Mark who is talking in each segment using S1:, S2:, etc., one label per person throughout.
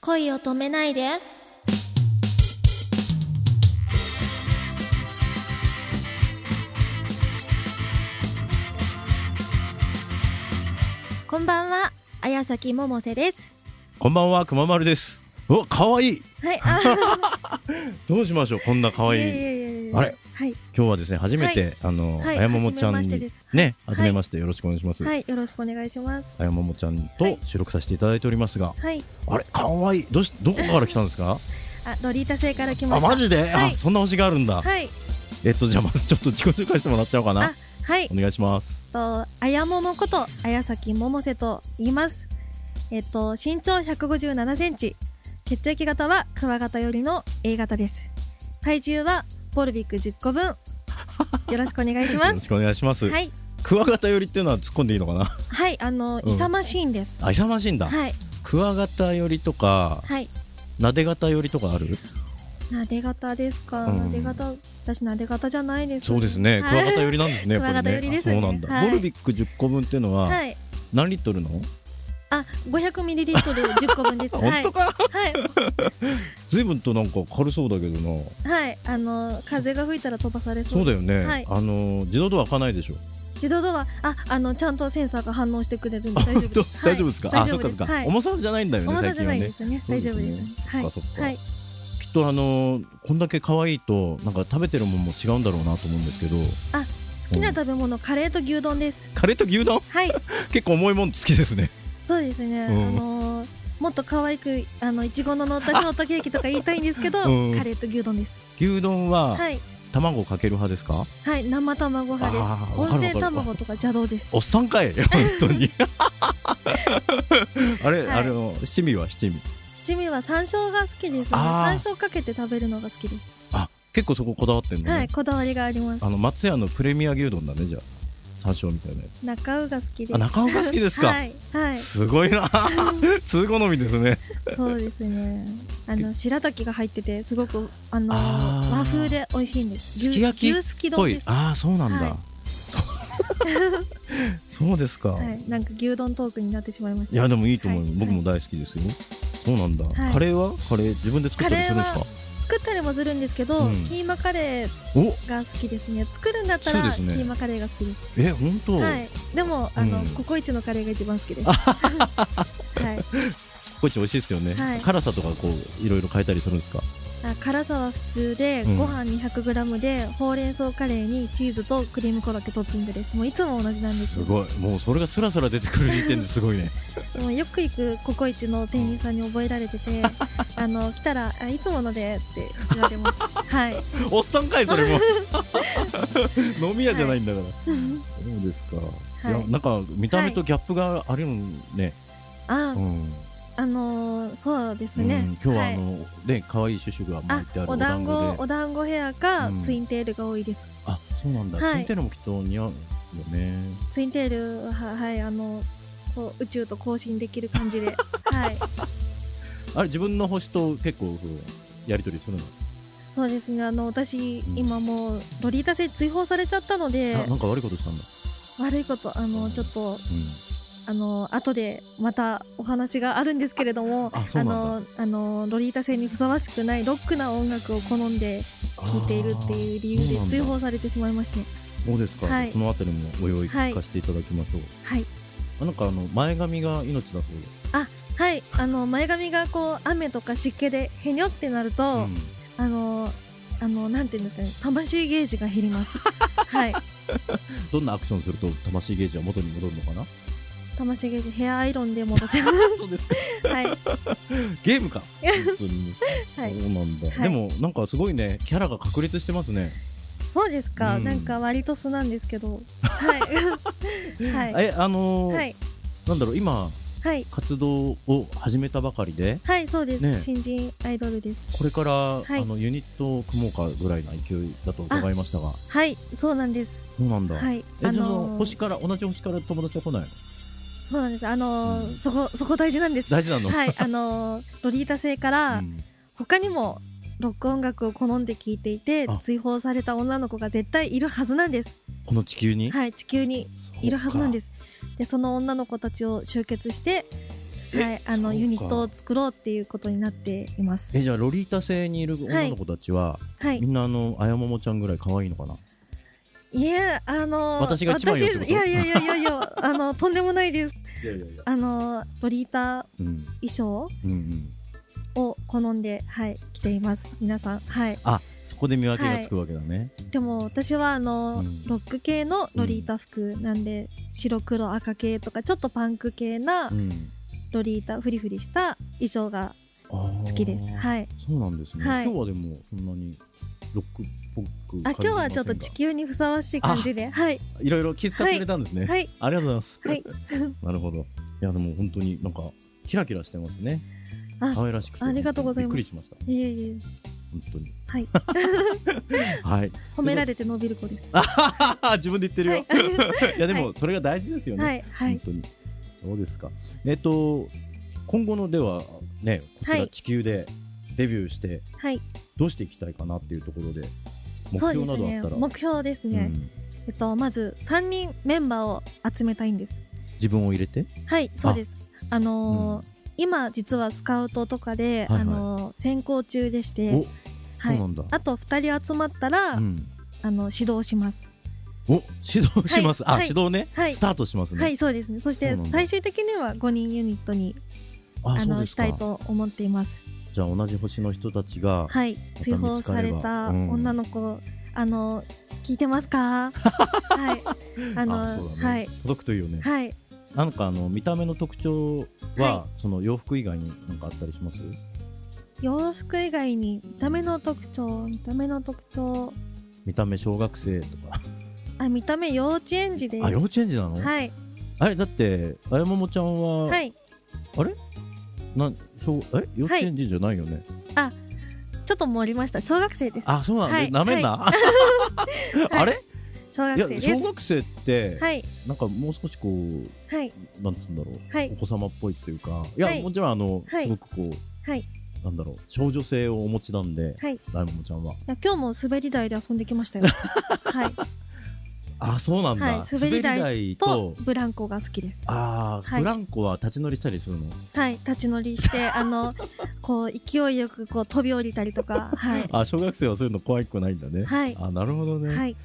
S1: 恋を止めないでこんばんは綾崎桃瀬です
S2: こんばんは、くままるです。うわ、可愛い
S1: はいあ
S2: どうしましょう、こんな可
S1: ー
S2: 愛い
S1: ややややや
S2: あれ
S1: はい
S2: 今日はですね、初めて、
S1: は
S2: あの、
S1: はい
S2: あやももちゃん
S1: 初めまして
S2: に
S1: です。
S2: ね、
S1: はい
S2: 初めまして、よろしくお願いします。
S1: はいよろしくお願いします
S2: あやももちゃん
S1: は
S2: と
S1: い
S2: 収録させていただいておりますが、
S1: はい
S2: あれ、可愛いどうし、どこから来たんですか。
S1: あロリータ星から来ま
S2: あ、
S1: した
S2: マジで、
S1: はい
S2: あ、そんな推しがあるんだ。
S1: はい
S2: えっと、じゃあ、まずちょっと自己紹介してもらっちゃおうかな
S1: あ。はい
S2: お願いします。
S1: と、あやももこと、綾崎桃瀬と言います。えっと、身長157センチ。血液型はクワ型よりの A 型です。体重はボルビック10個分。よろしくお願いし
S2: よ
S1: ま
S2: ろ
S1: す。
S2: しくお願いします。
S1: はい、
S2: クワガタ寄りっていうのは突っ込んでいいのかな。
S1: はい、あの、
S2: うん
S1: 勇ましいんです。
S2: あ、勇ましいんだ。
S1: はい、
S2: クワガタ寄りとか、
S1: はい。
S2: なで型寄りとかある。
S1: なで型ですか。
S2: うん
S1: なで型、私なで型じゃないです。
S2: そうですね。クワガタ寄りなんですね。
S1: クワガタ寄りですね
S2: これねあそうなんだ、
S1: はい
S2: ボルビック10個分っていうのは、
S1: はい。
S2: 何リットルの？
S1: あ、500ミリリットル10個分です。はい。
S2: か、
S1: はい。
S2: 随分となんか軽そうだけどな。
S1: はい。あの、風が吹いたら飛ばされ
S2: そうだよね。
S1: はい
S2: あのー自動ドア開かないでしょ。
S1: 自動ドアああのちゃんとセンサーが反応してくれるんで大丈夫です。
S2: 大丈夫ですか？
S1: はい
S2: あ、
S1: 大丈
S2: そっ
S1: 夫で
S2: かそっ
S1: す
S2: か、
S1: はい
S2: 重さじゃないんだよね。
S1: 重さ
S2: 最
S1: じゃ
S2: 近は
S1: ない
S2: ね
S1: で。すよね。
S2: そう
S1: 大
S2: です
S1: 丈夫
S2: ね
S1: です。はい
S2: そっかそっか
S1: はい
S2: きっとあのーこんだけ可愛いとなんか食べてるもんも違うんだろうなと思うんですけど、
S1: 好きな食べ物カレーと牛丼です。
S2: カレーと牛丼
S1: はい
S2: 結構重いもん好きですね。
S1: そうですね。あ
S2: うん
S1: のーもっと可愛くあのいちごの乗ったショートケーキとか言いたいんですけど、カ
S2: うん
S1: レーと牛丼です。
S2: 牛丼は
S1: はい
S2: 卵かける派ですか？
S1: はい生卵派です。
S2: あーわか
S1: 温
S2: るわかる
S1: 泉卵とか邪道です。
S2: おっさんかい本当に。 あれ、
S1: はい
S2: あの七味は七味。
S1: 七味は山椒が好きですね。
S2: あー
S1: 山椒かけて食べるのが好きです。
S2: あ、結構そここだわってんのね。
S1: はいこだわりがあります。
S2: あの松屋のプレミア牛丼だねじゃあ山椒みたいなやつ
S1: 中尾が好きです。
S2: あ中尾が好きですか
S1: はいはい。
S2: すごいな 通好みですね
S1: そうですね。あの白滝が入っててすごくあの
S2: あー
S1: 和風で美味しいんです。
S2: すき焼き
S1: 牛すき丼
S2: ぽ
S1: で
S2: い
S1: す。は
S2: ああそうなんだ、
S1: はい
S2: そうですか、い、
S1: い、なんか牛丼トークになってしまいました。
S2: やでもいいと思う、
S1: はい
S2: 僕も大好きですよ、そうなんだ、
S1: はい
S2: カレーはカレー自分で作ったりするんですか
S1: 作ったりもするんですけど、
S2: うん
S1: キーマカレー
S2: お
S1: が好きですね。作るんだった
S2: そう
S1: ら、
S2: です
S1: キ
S2: ね
S1: ーマカレーが好きです。
S2: え本当、
S1: はい。でもあの、
S2: うん
S1: ココイチのカレーが一番好き です。はい。
S2: こっち美味しいですよね、
S1: はい
S2: 辛さとかこういろいろ変えたりするんですか
S1: あ辛さは普通で、
S2: うん
S1: ご飯 200g でほうれん草カレーにチーズとクリームコロッケトッピングです。もういつも同じなんですすよ。
S2: ごいもうそれがスラスラ出てくる時点ですごいね
S1: でもよく行くココイチの店員さんに覚えられて てあの来たらあいつものでって言われますはい
S2: おっさんかいそれ も飲み屋じゃないんだから、そうですか、い、
S1: はい
S2: やなんか見た目とギャップがあるのね、
S1: あ、
S2: うん
S1: あのー、そうです
S2: うん
S1: ね、
S2: 今日はあ
S1: い
S2: の、ね可愛いシュシュが巻いてある
S1: お
S2: お
S1: 団
S2: 団
S1: 子
S2: 子で
S1: お団子ヘアか、
S2: うん
S1: ツインテールが多いです
S2: あそうなんだ、
S1: はい
S2: ツインテールもきっと似合うよね
S1: ツインテールははいあのこう宇宙と交信できる 感じではい
S2: あれ自分の星と結構こうやり取りするの、
S1: そうですねあの私、
S2: うん
S1: 今もうロリータ星追放されちゃったので
S2: あなんか悪いことしたんだ、
S1: 悪いことあのちょっと
S2: う
S1: あの後でまたお話があるんですけれども
S2: あそうなんだ
S1: のあのロリータ戦にふさわしくないロックな音楽を好んで
S2: ん、
S1: 聴いているっていう理由
S2: あー
S1: で追
S2: そうなんだ
S1: 放されてしまいまして
S2: そうですか、
S1: はい
S2: そのあたりもご用意
S1: はい
S2: させていただきましょう、
S1: はい、
S2: あなんかあの前髪が命だそうで
S1: はい、あの前髪がこう雨とか湿気でへにょってなると、
S2: うん
S1: あのあのなんていうんですかね魂ゲージが減ります はい
S2: どんなアクションすると魂ゲージは元に戻るのか な
S1: 魂ゲージヘアアイロンで戻せます
S2: そうですか
S1: はい
S2: ゲーム か。本当に。
S1: はい
S2: そうなんだ。
S1: はい
S2: でもなんかすごいね、キャラが確立してますね。
S1: そうですか、
S2: うん
S1: なんか割と素なんですけどはい はい
S2: え、あのー
S1: はい
S2: なんだろう、今
S1: はい
S2: 活動を始めたばかりで、
S1: はいそうです、
S2: ねえ
S1: 新人アイドルです
S2: これから、
S1: い
S2: あのユニットを組もうかぐらいな勢いだと伺いましたが、
S1: はいそうなんです
S2: そうなんだ。
S1: はい
S2: え、じゃあその
S1: ー
S2: 星から同じ星から友達は来ないの？
S1: そうなんですあのー
S2: うん
S1: そこそこ大事なんです
S2: 大事なの。
S1: はいあ のーロリータ星から
S2: うん
S1: 他にもロック音楽を好んで聴いていて
S2: あ
S1: 追放された女の子が絶対いるはずなんです
S2: この地球に。。
S1: はい地球にいるはずなんですすでその女の子たちを集結してはい、あの
S2: そうか
S1: ユニットを作ろうっていうことになっています。
S2: えじゃあロリータ性にいる女の子たちは、
S1: はい
S2: み、んなあのあやももちゃんぐらい可愛いのかない
S1: や、あの
S2: 私が一番よってこと
S1: 私いやいやいやいやいや、あのとんでもないです。
S2: いやいやいや
S1: あのロリータ
S2: うん
S1: 衣装
S2: うんうん
S1: を好んで、はい、着ています。皆さん、はい。
S2: あそこで見分けがつくわけだね、
S1: でも私はあの、
S2: うん
S1: ロック系のロリータ服なんで、白黒赤系とかちょっとパンク系な
S2: うん
S1: ロリータフリフリした衣装が好
S2: 好
S1: きです。はい。
S2: そうなんですね、
S1: はい
S2: 今日はでもそんなにロックっぽく
S1: あ、今
S2: 感じ
S1: 日
S2: ませんが
S1: はちょっと地球にふさわしい感じで、はい、
S2: いろいろ気遣ってくれたんですね、
S1: はい。
S2: ありがとうございます、
S1: はい
S2: なるほどいやでも本当になんかキラキラしてますね
S1: あ
S2: 可愛らしくて
S1: ありがとうございます
S2: びっくりしました
S1: いえいえ、
S2: 本当に
S1: はい
S2: はい
S1: 褒められて伸びる子です。
S2: あ自分で言ってるよ、
S1: はい
S2: い、やでもそれが大事ですよね、
S1: はい、は
S2: 本
S1: い、
S2: 当にどうですかえっと今後のではねこち
S1: は
S2: ら
S1: い
S2: 地球でデビューして
S1: はい、
S2: どうしていきたいかなっていうところで目
S1: そう
S2: 標
S1: で
S2: な
S1: す
S2: どあっ
S1: ね。
S2: たら、
S1: 目標です
S2: う
S1: ね。
S2: ん、
S1: えっと、まず三人メンバーを集めたいんです。
S2: 自分を入れて
S1: はい、そうです。あのー今実はスカウトとかで、
S2: はいはい
S1: あのー選考中でして、
S2: お
S1: は。
S2: そうないんだ
S1: あと二人集まったら、
S2: うん
S1: あの指導します。
S2: お指導します、
S1: はい
S2: あ
S1: はい
S2: 指導ね、
S1: はい
S2: スタートしますね、
S1: はい、そうですね。そし
S2: そ
S1: て
S2: うなんだ
S1: 最終的には五人ユニットに
S2: あ
S1: あ
S2: そう
S1: の
S2: で
S1: し
S2: すか
S1: たいと思っています。
S2: じゃあ同じ星の人たちが、
S1: はい、
S2: また
S1: 追放され
S2: 見つかれ
S1: た
S2: ばうん
S1: 女の子、あの聞いてます か？はい、あ
S2: あそ
S1: の
S2: うだね
S1: はい
S2: 届くといいよね、
S1: はい。
S2: なんかあの見た目の特徴は、
S1: は
S2: その洋服以外になんかあったりします
S1: 洋服以外に見た目の特徴、見た目の特徴、
S2: 見た目小学生とか
S1: あ見た目幼稚園児です。
S2: あ幼稚園児なの、
S1: はい
S2: あれだってあやももちゃんは、
S1: はい。
S2: なん小え幼稚園児じゃないよね、
S1: ちょっと盛りました。小学生です。
S2: あそうなんだ、
S1: はい
S2: なめんな、 あれ
S1: 小学
S2: いや
S1: 生で
S2: 小
S1: す。
S2: 学生って、
S1: はい
S2: なんかもう少しこう
S1: はい
S2: なんて言うんだろう、
S1: はい
S2: お子様っぽいっていうかいや、
S1: はい
S2: もちろんあの、
S1: はい
S2: すごくこう
S1: はい。い
S2: なんだろう少女性をお持ちなんで、
S1: はい
S2: あやももちゃんは
S1: や今日も滑り台で遊んできま したよ。はい。
S2: あそうなんだ、
S1: はい滑り台
S2: 滑り台
S1: と
S2: と
S1: ブランコが好きです。
S2: あー、
S1: はい
S2: ブランコは立ち乗りしたりするの
S1: はい。立ち乗り してあのこう勢いよくこう飛び降りたりとか。 はい。
S2: あ小学生はそういうの怖くないんだね、
S1: はい
S2: あなるほどね、
S1: はい。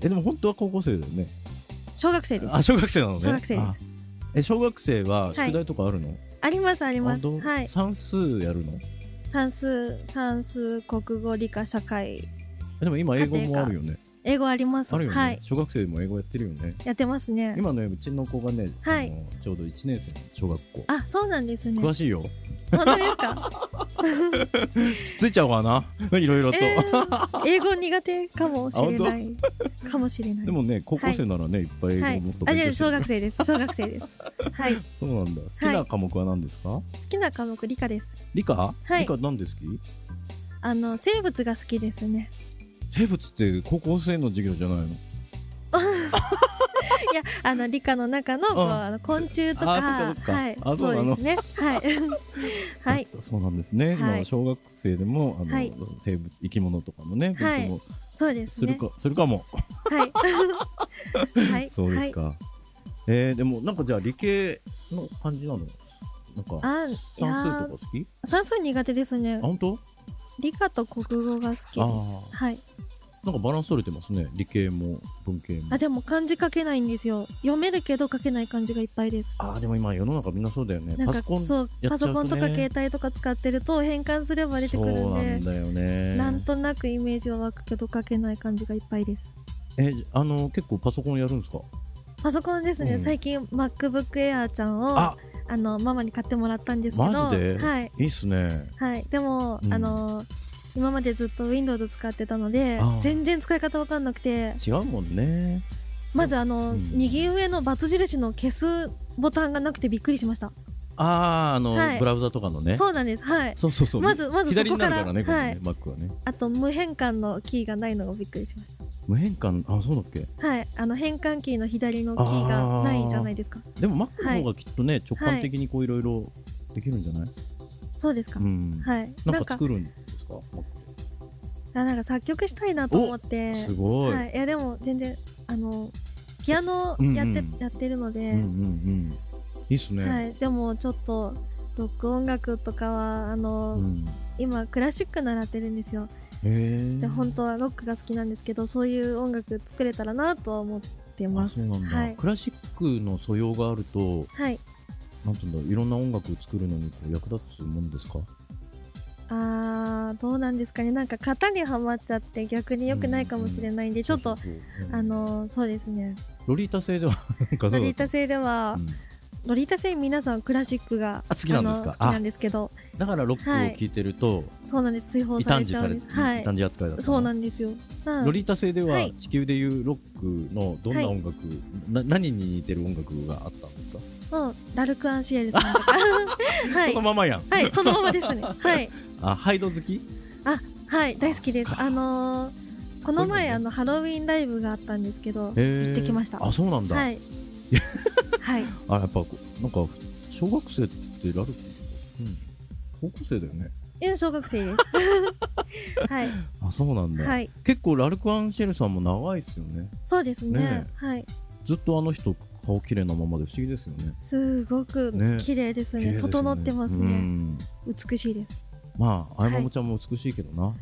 S2: えでも本当は高校生だよね
S1: 小学生です。
S2: あ小学生なのね
S1: 小学生です
S2: あえ小学生はい宿題とかあるの、
S1: ありますあります。
S2: 本当
S1: はい。
S2: 算数やるの
S1: 算数算数国語理科社会
S2: えでも今英語
S1: 家庭
S2: も
S1: 科
S2: あるよね
S1: 英語あります。
S2: あるよね、
S1: はい。
S2: 小学生でも英語やってるよね
S1: やってますね。
S2: 今ねうちの子がね、
S1: はい
S2: あのちょうど1年生の小学校
S1: あ、そうなんですね。
S2: 詳しいよ
S1: 本当です か。
S2: つっついちゃうかな いろいろと、
S1: えー英語苦手かもしれない。かもしれない。
S2: でもね高校生ならね、い、っぱい英
S1: は
S2: 語
S1: い
S2: もっと。
S1: あ、
S2: 勉
S1: じゃ
S2: 強
S1: あ小学
S2: して、
S1: 生です。小学生 です。はい。好
S2: そうなんだ好きな科目は何ですか、
S1: きな科目理科です。
S2: 理科、
S1: はい
S2: 理科なんで好き
S1: あの生物が好きです ね。
S2: 生物って高校生の授業じゃないの
S1: いや、あの理科の中のこう
S2: うん
S1: あの昆虫と
S2: あそ
S1: か、
S2: っかそっか
S1: はい、
S2: あそうなの
S1: ですね。はい、 はい、
S2: あそうなんですね、
S1: はい
S2: 今小学生でもあの、
S1: はい
S2: 生物生き物とかのね
S1: はい
S2: 勉強も
S1: そうです
S2: する
S1: ね
S2: か、。するかも
S1: はい、 はい、
S2: そうですか、えー、でもなんかじゃあ理系の感じなのなんか
S1: はい。あ、いや
S2: 算数
S1: ー
S2: と、か好き
S1: 算数苦手ですね
S2: あ。本当
S1: 理科と国語が好きです。
S2: あ
S1: はい。
S2: ーなんかバランス取れてますね理系も文系も
S1: あ、でも漢字書けないんですよ。読めるけど書けない漢字がいっぱいです。
S2: あーでも今世の中みんなそうだよね
S1: なん
S2: パ
S1: か
S2: ソコン
S1: そう
S2: やっ
S1: パ
S2: ちゃうとね
S1: ソコンとか携帯とか使ってると変換すれば出てくるんで
S2: そうなんだよね
S1: なんとなくイメージは湧くけど書けない感じがいっぱいです
S2: えあの結構パソコンやるんですか
S1: パソコンですね、
S2: うん
S1: 最近 MacBookAir ちゃんを
S2: あ
S1: あのママに買ってもらったんですけど
S2: マジで
S1: はい、
S2: いいっすね
S1: はい、でも、
S2: うん
S1: あの今までずっと Windows 使ってたので
S2: あ
S1: 全然使い方わかんなくて
S2: 違うもんね
S1: まずあの、
S2: うん
S1: 右上のバツ印の消すボタンがなくてびっくりしました、
S2: あああの、
S1: はい
S2: ブラウザとかのね
S1: そうなんですはい
S2: そうそうそう
S1: まずまずそ
S2: 左
S1: こ
S2: にな
S1: か
S2: る
S1: ら
S2: からねこれ
S1: はい
S2: ね、マックはね
S1: あと無変換のキーがないのがびっくりしました
S2: 無変換あそうだっけ
S1: はい、あの変換キーの左のキーがないじゃないですか。
S2: でもマックの方がきっとね、直感的にこういろいろできるんじゃない、
S1: そうですか。
S2: うん、
S1: はい、
S2: な
S1: なんんか、
S2: か作るんですかマック
S1: あ、なんか作曲したいなと思って。
S2: すごい、
S1: はい、いや、でも、全然、あの、ピアノやって、
S2: うんうん
S1: やってるので、
S2: うんうんうんいいっすね、
S1: はい、でもちょっとロック音楽とかはあの、
S2: うん、
S1: 今クラシック習ってるんですよ
S2: へえ
S1: で本当はロックが好きなんですけどそういう音楽作れたらなとは思って
S2: あ
S1: ます
S2: そうなんだ、
S1: はい
S2: クラシックの素養があると
S1: はい
S2: なんていうんだろういろんな音楽を作るのにこう役立つもんですか
S1: あーどうなんですかねなんか型にはまっちゃって逆に良くないかもしれないんで、ちょっと
S2: そうそうそう
S1: あのそうですね
S2: ロリータ製ではなんかどうだ
S1: ロリータ製では
S2: う、ん
S1: ロリータ製皆さんクラシックが
S2: あ好きなんですか
S1: あの好きなんですけど
S2: だからロックを聴いてると、
S1: そうなんです追放
S2: 異
S1: さ
S2: 端
S1: れ
S2: 児
S1: ちゃ
S2: さ
S1: う
S2: れ
S1: ん
S2: 異
S1: ですはい
S2: 端児扱いだったの
S1: そうなんですよ、うん
S2: ロリータ製では、
S1: はい
S2: 地球でいうロックのどんな
S1: はい
S2: 音楽、な何に似てる音楽があったんですか、
S1: うんラルク・アンシエルさんと かはい
S2: そのままやん
S1: はいそのままです ねはい
S2: あハイド好き
S1: はい大好きです
S2: そっか
S1: あのーこの
S2: そうなん
S1: 前
S2: だ
S1: あのハロウィンライブがあったんですけど
S2: 行
S1: ってきました
S2: あそうなんだ、
S1: はい はい
S2: あやっぱこうなんか小学生ってラルク、うん、高校生だよね
S1: 今小学生です はい
S2: あそうなんだ、
S1: はい
S2: 結構ラルク・アンシェルさんも長いですよね
S1: そうですね
S2: ね
S1: はい
S2: ずっとあの人顔綺麗なままで不思議ですよね
S1: すごく
S2: ね
S1: 綺麗ですね
S2: 綺麗ですよね
S1: 整ってます
S2: う
S1: ね
S2: ん
S1: 美しいです
S2: まああやまもちゃんも美しいけどな、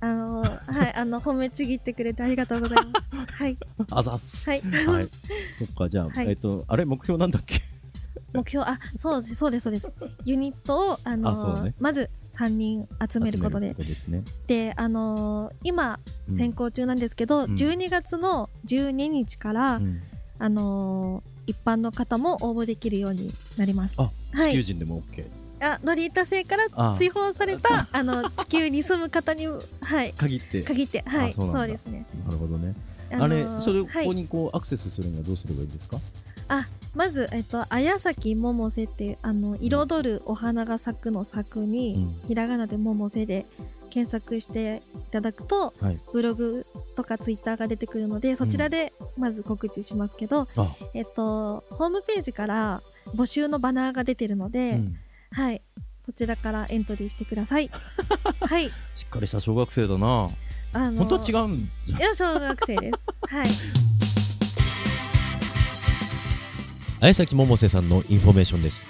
S1: あのーはいあの褒めちぎってくれてありがとうございますはい
S2: あざっす
S1: はい
S2: はい、そっかじゃあ、
S1: はい
S2: えっとあれ目標なんだっけ
S1: 目標あそうですそうですそうですユニットをあの
S2: あそうね
S1: まず3人集めることで
S2: 集めることですね、
S1: であのー今
S2: うん
S1: 選考中なんですけど、
S2: うん
S1: 12月の12日から、
S2: うん
S1: あのー一般の方も応募できるようになります
S2: あ、
S1: は
S2: 地球
S1: い
S2: 人でも OK
S1: あロリータ星から
S2: あ
S1: 追放されたあの地球に住む方にはい
S2: 限って
S1: 限ってはい
S2: あそ
S1: そうう
S2: なんだ
S1: ですね
S2: なるほどね
S1: の
S2: あれ
S1: ー
S2: それをこ
S1: はい
S2: こにこうアクセスするにはどうすればいいですか
S1: まず、えっと、綾崎百瀬っていうあの彩るお花が咲くの咲くに、
S2: う
S1: ひらがなで百瀬で検索していただくと、
S2: はい
S1: ブログとかツイッターが出てくるのでそちらでまず告知しますけど、
S2: あ、
S1: えっと、ホームページから募集のバナーが出てるので、
S2: うん、
S1: はい、そちらからエントリーしてくださ い。はい、
S2: しっかりした小学生だな
S1: あの
S2: 本当は違うんじゃ
S1: いや小学生です。 はい
S3: 綾崎百瀬さんのインフォメーションです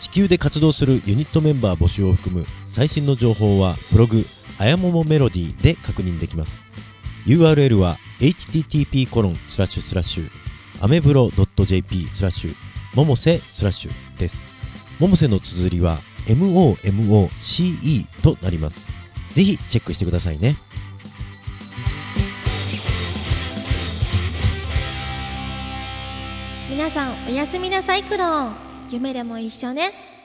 S3: 地球で活動するユニットメンバー募集を含む最新の情報はブログ「あやももメロディー」で確認できます URL は http コロンスラッシュスラッシュアメブロ .jp スラッシュ百瀬スラッシュです百瀬の綴りは MOMOCE となりますぜひチェックしてくださいね
S4: 皆さんおやすみなさいクローン夢でも一緒ね